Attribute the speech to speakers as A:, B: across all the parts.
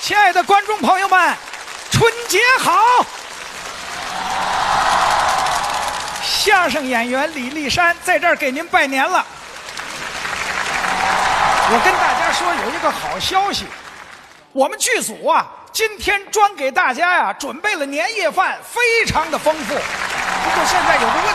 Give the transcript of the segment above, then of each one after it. A: 亲爱的观众朋友们，春节好！相声演员李立山在这儿给您拜年了。我跟大家说有一个好消息，我们剧组啊，今天专给大家呀、准备了年夜饭，非常的丰富。不过现在有个问题，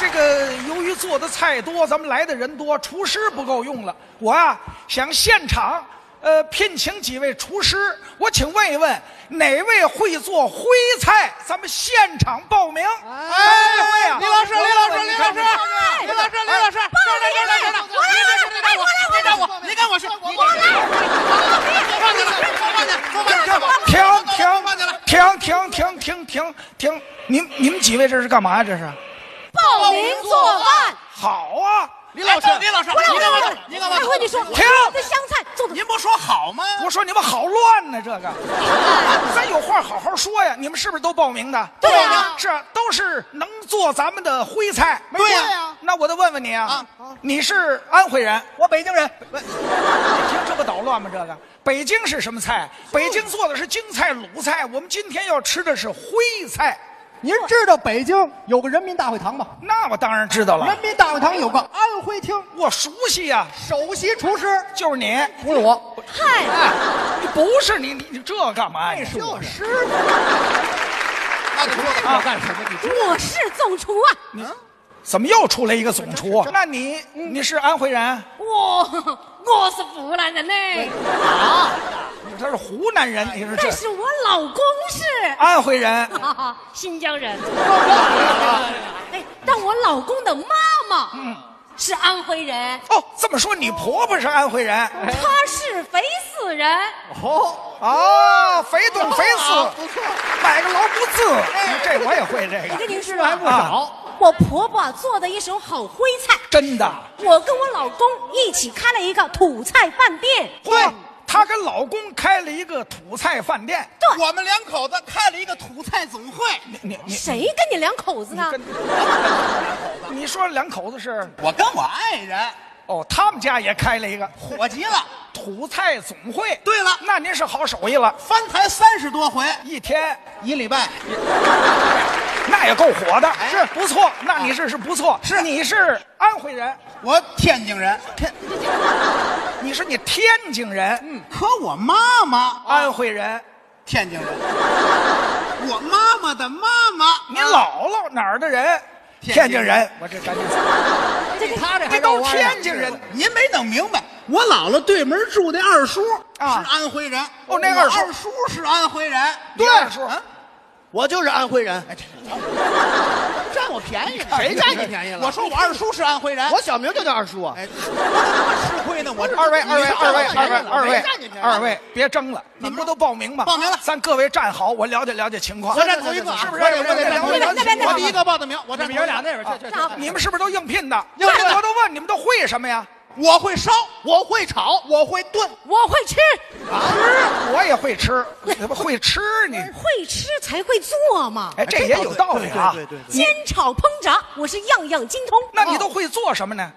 A: 这个由于做的菜多，咱们来的人多，厨师不够用了。我啊想现场呃聘请几位厨师，我请问一问哪位会做徽菜？咱们现场报名。哪位会啊
B: 李老师，李老师，李老师，
A: 你看
B: 李老师，李老师，这儿呢，这儿呢，这儿呢，别找我，别找我，你跟我说，我放你了，放你了，放你了，
A: 停
B: 放你了，
A: 停停停停停停停！您你们几位这是干嘛呀？这是？
C: 报名做饭。
A: 好啊！
B: 李老师，李老师，你跟我说，你跟我
C: 哎我
B: 说，
C: 跟你说，
A: 停
C: 这香菜做的
B: 您不说好吗？
A: 我说你们好乱呢、这个， 咱有话好好说呀。你们是不是都报名的？
C: 对啊
A: 是啊，都是能做咱们的徽菜。没
B: 对呀
A: 错那我得问问你啊，你是安徽人，我北京人。你听这不捣乱吗？这个北京是什么菜？北京做的是京菜、鲁菜，我们今天要吃的是徽菜。
D: 您知道北京有个人民大会堂吗？
A: 那我当然知道了
D: 人，民大会堂有个安徽厅
A: 我熟悉呀、
D: 首席厨师，
A: 就是你。
D: 不是我，
C: 菜，
A: 哎，你不是你，你你这干嘛呀？
D: 是我师
B: 那你说的
D: 我干什么？你知
C: 我是总厨啊，
A: 怎么又出来一嗯个总厨？那你你是安徽人？
C: 我我是湖南人呢，
A: 他是湖南人，你是这
C: 但是我老公是
A: 安徽人，
C: 哈哈 新疆人， 哎，但我老公的妈妈是安徽人，
A: 哦，这么说你婆婆是安徽人，
C: 她是肥死人，
A: 哦，肥懂肥
D: 道
A: 死，
D: 不错，
A: 买个劳不字，这我也会哎这
C: 我
A: 个
C: 跟您说啊，
A: 啊，
C: 我婆婆做的一手好徽菜，
A: 真的，
C: 我跟我老公一起开了一个土菜饭店，
A: 嚯，她跟老公开了一个土菜饭店，
B: 我们两口子开了一个土菜总会，
A: 你你
C: 谁跟你两口子呢？
A: 你说两口子是？
B: 我跟我爱人
A: 哦，他们家也开了一个
B: 火急了，
A: 土菜总会，
B: 对了
A: 那您是好手艺了，
B: 翻台三十多回，
A: 一天
B: 一礼拜，
A: 那也够火的，
B: 哎
A: 是不错。那你这是不错，
B: 是
A: 你是安徽人，
B: 我天津人，
A: 你是你天津人，
B: 可我妈妈
A: 安徽人，
B: 天津人，我妈妈的妈妈，
A: 你姥姥哪儿的人？
B: 天津人
A: 人，我这赶紧走，
D: 比他这
A: 这
D: 还绕
A: 都
D: 弯
A: 天
D: 呢。
A: 津人。
B: 您没弄明白，我姥姥对门住那二叔
A: 啊
B: 是安徽人，
A: 哦那二叔
B: 我二叔是安徽人，
A: 对
B: 你二叔，
A: 嗯
D: 我就是安徽人，哎占我便宜呢？谁占你便宜了？
B: 我说我二叔是安徽人，
D: 我小名就叫二叔啊。
B: 哎，我怎么这么吃亏呢？我
A: 二位，二位，二位，二位，二
D: 没
A: 位
D: 占你便，宜
A: 二位，别争了，你们不都报名吗？
B: 报名了
A: 咱各位站好，我了解了解情况。
B: 我站头一个啊，
A: 是不是？
B: 我得我得站头一
A: 了解情
C: 那边那
B: 个，
C: 边
B: 我
A: 况
B: 第一个报的名，我站头一
D: 你们爷
B: 个
D: 俩那边去去去。
A: 你们是不是都应聘的？
B: 应聘的
A: 我都问你们都会什么呀？
B: 我会烧，我会炒，我会炖，
C: 我会吃，
A: 吃，我也会吃，怎么会吃你？
C: 会吃才会做嘛。
A: 哎，这也有道理啊。
D: 对对对
C: 煎炒烹炸，我是样样精通。
A: 那你
C: 哦
A: 都会做什么呢？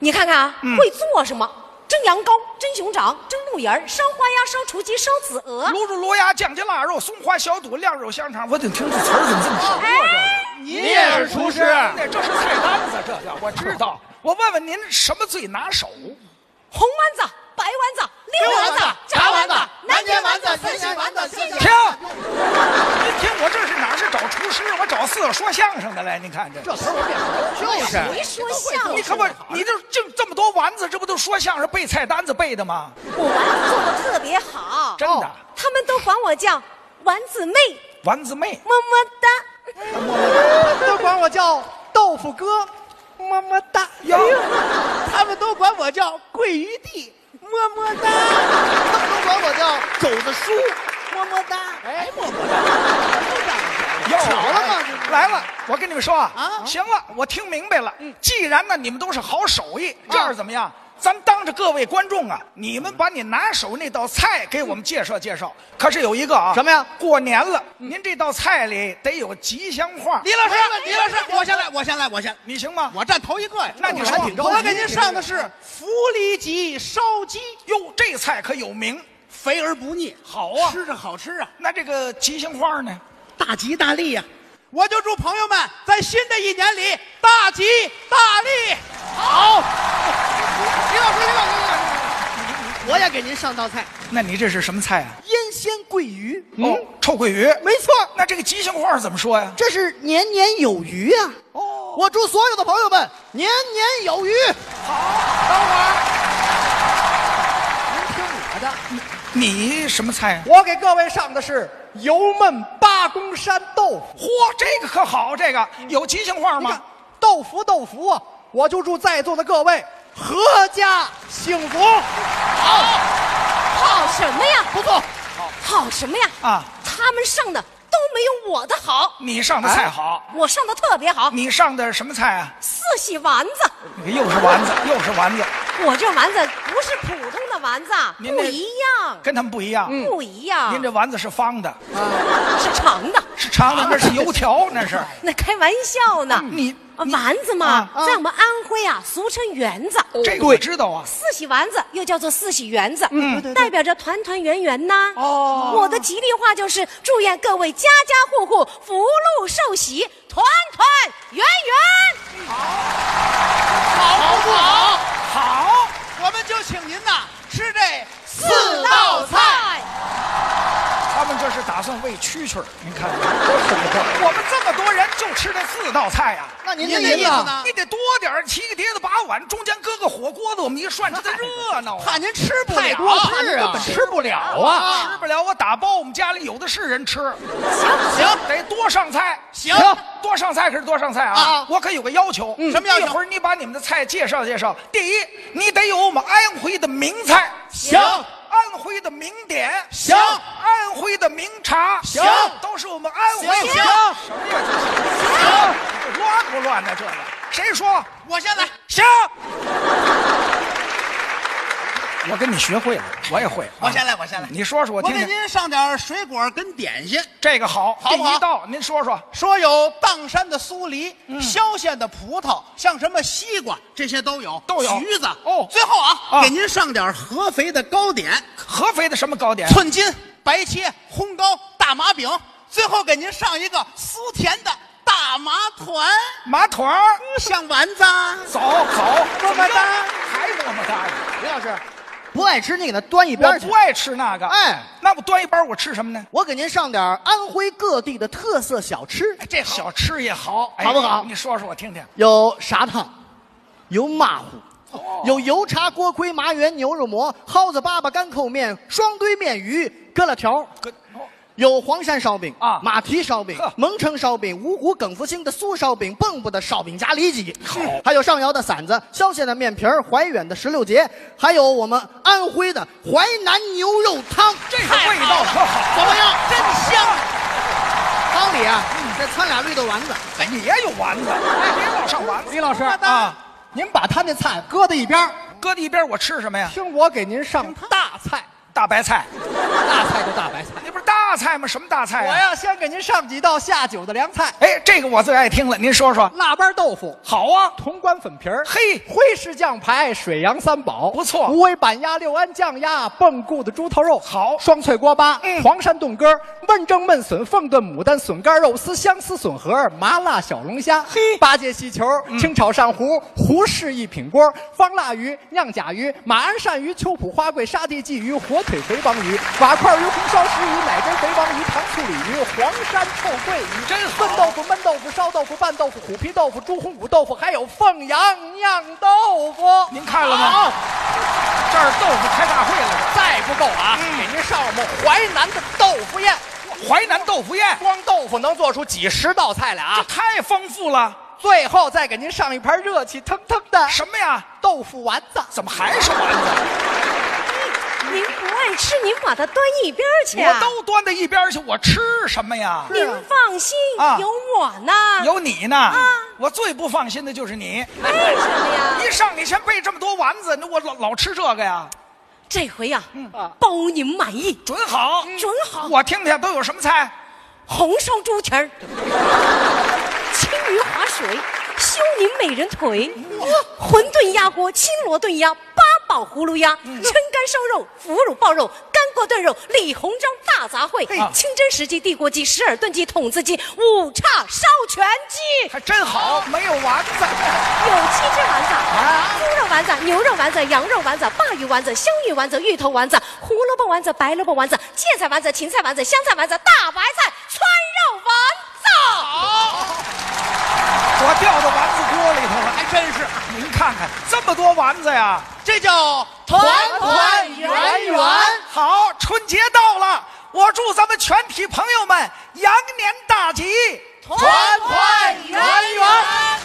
C: 你看看啊，会做什么？蒸羊羔、蒸熊掌、蒸鹿眼儿、烧花鸭、烧雏鸡、烧子鹅。
A: 卤煮卤鸭、酱鸡腊肉、松花小肚、晾肉香肠。我得听这词儿怎么这么熟啊？
B: 你
D: 哎你也是厨师
A: 哎这这是菜单子，这叫我知道。我问问您什么最拿手？
C: 红丸子、白丸子、绿丸子、炸丸子、南煎丸子、三鲜丸子、新
A: 停！您听我这是哪是找厨师？我找四个说相声的来。您看这，
D: 这词儿我变熟，就是啊
C: 谁说相
A: 你可
C: 声？
A: 不，你这净这么多丸子，这不都说相声背菜单子背的吗？
C: 我丸子做的特别好，
A: 真
D: 哦
A: 的，
C: 他们都管我叫丸子妹，
A: 丸子妹。
C: 么么哒。
D: 啊都管我叫豆腐哥，么么哒。
A: 哟，
B: 他们都管我叫桂鱼弟，么么哒，
D: 他们都管我叫肘子叔，
B: 么么哒，哎，么么哒，
A: 又
D: 巧了吗这是
A: 哎来了，我跟你们说啊，
B: 啊
A: 行了，我听明白了。既然呢，你们都是好手艺，这样怎么样？咱当着各位观众啊，你们把你拿手那道菜给我们介绍介绍。可是有一个啊，
D: 什么呀
A: 过年了，您这道菜里得有吉祥话，
B: 李老师，李老师，我先来，我先来，我先，
A: 你行吗？
B: 我站头一个呀。
A: 那你说
D: 还挺着急
B: 我给您上的是福里脊烧鸡，
A: 哟，这菜可有名，
D: 肥而不腻，
A: 好啊
D: 吃着好吃啊，
A: 那这个吉祥话呢？
D: 大吉大利呀、我就祝朋友们在新的一年里大吉大利。
A: 好，
B: 李老师，李老师，
D: 我也给您上道菜，
A: 那你这是什么菜啊？
D: 腌鲜桂鱼。
A: 哦，臭鳜鱼。
D: 嗯没错，
A: 那这个吉祥话怎么说呀？
D: 这是年年有余啊！
A: 哦，
D: 我祝所有的朋友们年年有余。
A: 等会儿
D: 您听我的，
A: 你什么菜啊？
D: 我给各位上的是油焖八公山豆腐。
A: 嚯，这个可好，这个有吉祥话
D: 你看
A: 吗？，
D: 豆腐豆腐啊！我就祝在座的各位阖家幸福。
C: 好什么呀？
D: 不错，
C: 好什么呀？
A: 啊，
C: 他们上的都没有我的好，
A: 你哎上的菜好，
C: 我上的特别好，
A: 你上的什么菜啊？
C: 四喜丸子。
A: 你又是 丸子，又是丸子，
C: 我这丸子不是普通的丸子啊，
A: 您
C: 不
A: 这
C: 一样，
A: 跟他们不一样。
C: 不一样。
A: 您这丸子是方的，
C: 是长的，
A: 是长的，那是油 条，那是。
C: 那开玩笑呢。
A: 嗯你
C: 啊
A: 你
C: 丸子嘛
A: 啊，
D: 啊
C: 在我们安徽啊，俗称圆子。
A: 这个我知道啊。
C: 四喜丸子又叫做四喜圆子，
D: 对对对
C: 代表着团团圆圆呐。
A: 哦
C: 我的吉利话就是祝愿各位家家户户福禄寿喜，团团圆圆。
B: 好不好？
A: 好，
B: 我们就请您呐吃这四
D: 道菜。
A: 他们这是打算喂蛐蛐儿，您看，我们这么多人就吃这四道菜啊呀、
D: 那您
B: 您的
D: 意
B: 意
D: 思
B: 思
D: 呢
B: 呢？
A: 你得多点儿，七个碟子八碗，中间搁个火锅子，我们一涮，这才热闹啊！
D: 怕您吃不
A: 太
D: 了，
A: 多
D: 怕您
A: 是
D: 根
A: 啊，
D: 本吃
A: 吃不了啊，吃不了，我打包，我们家里有的是人吃。行行，得多上菜。啊
B: 行
A: 多上菜可是多上菜啊
B: 啊！
A: 我可有个要求，
B: 什么要求
A: 一会儿你把你们的菜介绍介绍。第一，你得有我们安徽的名菜。
B: 行
A: 安徽的名点。
B: 行
A: 安徽的名茶。
B: 行
A: 都是我们安徽。
B: 行
A: 什么呀？行，乱不乱呢？这个谁说？
B: 我先来，
A: 行。我跟你学会了，我也会。啊
B: 我先来，我先来。
A: 你说说我
B: 我
A: 听
B: 给
A: 听。
B: 您上点水果跟点心。
A: 这个好，
B: 好不好
A: 这一道您说说。
B: 说有砀山的酥梨、萧县的葡萄，像什么西瓜这些都有，
A: 都有
B: 橘子
A: 哦
B: 最后啊，
A: 啊哎
B: 给您上点合肥的糕点，
A: 合肥的什么糕点？
B: 寸金、白切、烘糕、大麻饼，最后给您上一个酥甜的大麻团，
A: 麻团儿。
B: 像丸子。啊
A: 走走，
B: 么
A: 么
B: 大
A: 还么么大呢？
D: 李老师，不爱吃你给他端一
A: 我
D: 边去
A: 不。爱吃那个。
D: 哎，
A: 那我端一包，我吃什么呢？
D: 我给您上点安徽各地的特色小吃，
A: 哎，这小吃也好，哎
D: 好不好
A: 你说说我听听。
D: 有砂糖，有马虎。
A: 哦
D: 有油茶锅盔、麻圆牛肉馍、蒿子粑粑、干扣面、双堆面鱼、疙瘩条，
A: 哥，哦
D: 有黄山烧饼
A: 啊
D: 马蹄烧饼
A: 呵、
D: 蒙城烧饼、五谷耿福兴的酥烧饼、蚌埠的烧饼夹里脊，还有上饶的馓子、萧县的面皮儿、怀远的石榴节，还有我们安徽的淮南牛肉汤。
A: 这个味道可好。
B: 怎么样？真香！
D: 汤里啊，再掺俩绿豆丸子。
A: 哎，你也有丸子，哎，别老上丸子。
E: 李老师
A: 啊，
E: 您把他那菜搁到一边儿，
A: 搁在一边，我吃什么呀？
E: 听我给您上大菜，
A: 大白菜，
E: 大菜就大 白菜。
A: 那不是大菜吗？什么大菜
E: 我
A: 哎呀？
E: 要先给您上几道下酒的凉菜：
A: 哎，这个我最爱听了，您说说。
E: 腊八豆腐、
A: 好啊，
E: 潼关粉皮儿、
A: 嘿
E: 徽式酱排、水杨三宝，
A: 不错
E: 无为板鸭、六安酱鸭、蚌埠的猪头肉，
A: 好
E: 双脆锅巴、
A: 嗯
E: 黄山炖鸽、焖蒸焖笋、凤炖牡丹、笋干肉丝、香丝笋盒、麻辣小龙虾，嘿，八戒细球、
A: 嗯
E: 清炒鳝糊、胡氏一品锅、方腊鱼、酿甲鱼、马鞍鳝鱼、秋浦花桂、沙地鲫鱼、火腿肥王鱼、瓦块鱼、红烧石鱼、奶汁肥王鱼、糖醋鲤鱼、黄山臭鳜鱼，
A: 真好
E: 炖豆腐、焖豆腐、烧豆腐、拌豆腐、虎皮豆腐、猪红骨豆腐，还有凤阳酿豆腐。
A: 您看了吗
E: 好？
A: 这儿豆腐开大会了，
E: 再不够啊，
A: 嗯
E: 给您上我们淮南的豆腐宴，
A: 这淮南豆腐宴，
E: 光豆腐能做出几十道菜来
A: 这
E: 啊！
A: 太丰富了。
E: 最后再给您上一盘热气腾腾的
A: 什么呀？
E: 豆腐丸子。
A: 怎么还是丸子？
C: 您不爱吃，您把它端一边儿去啊
A: 我。都端到一边去，我吃什么呀？
C: 您放心
A: 啊，
C: 有我呢。
A: 有你呢，我最不放心的就是你，
C: 啊为什么呀？
A: 一上你先备这么多丸子，那我老老吃这个呀，
C: 这回呀，包您满意。
A: 准好，
C: 嗯准好
A: 我听听都有什么菜？
C: 红烧猪蹄儿，青鱼划水，修您美人腿，馄饨鸭锅，青螺炖鸭，八宝葫芦鸭，抻干烧肉，腐乳爆肉，干锅炖肉、李鸿章大杂烩、
A: 啊
C: 清真石鸡、帝国鸡、石尔顿鸡、筒子鸡、五叉烧全鸡，
A: 还真好，没有丸子。
C: 有七只丸子，猪肉丸子、牛肉丸子、羊肉丸子、鲅鱼丸子、香芋丸子、芋头丸子、胡萝卜丸子、白萝卜丸子、芥菜丸子、芹菜丸子、香菜丸子、大白菜、川肉丸子。
A: 我掉到丸子锅里头了。
B: 还真是，
A: 您看看这么多丸子呀！
B: 这叫
D: 团团圆圆
A: 好，春节到了，我祝咱们全体朋友们羊年大吉。
B: 团团圆圆。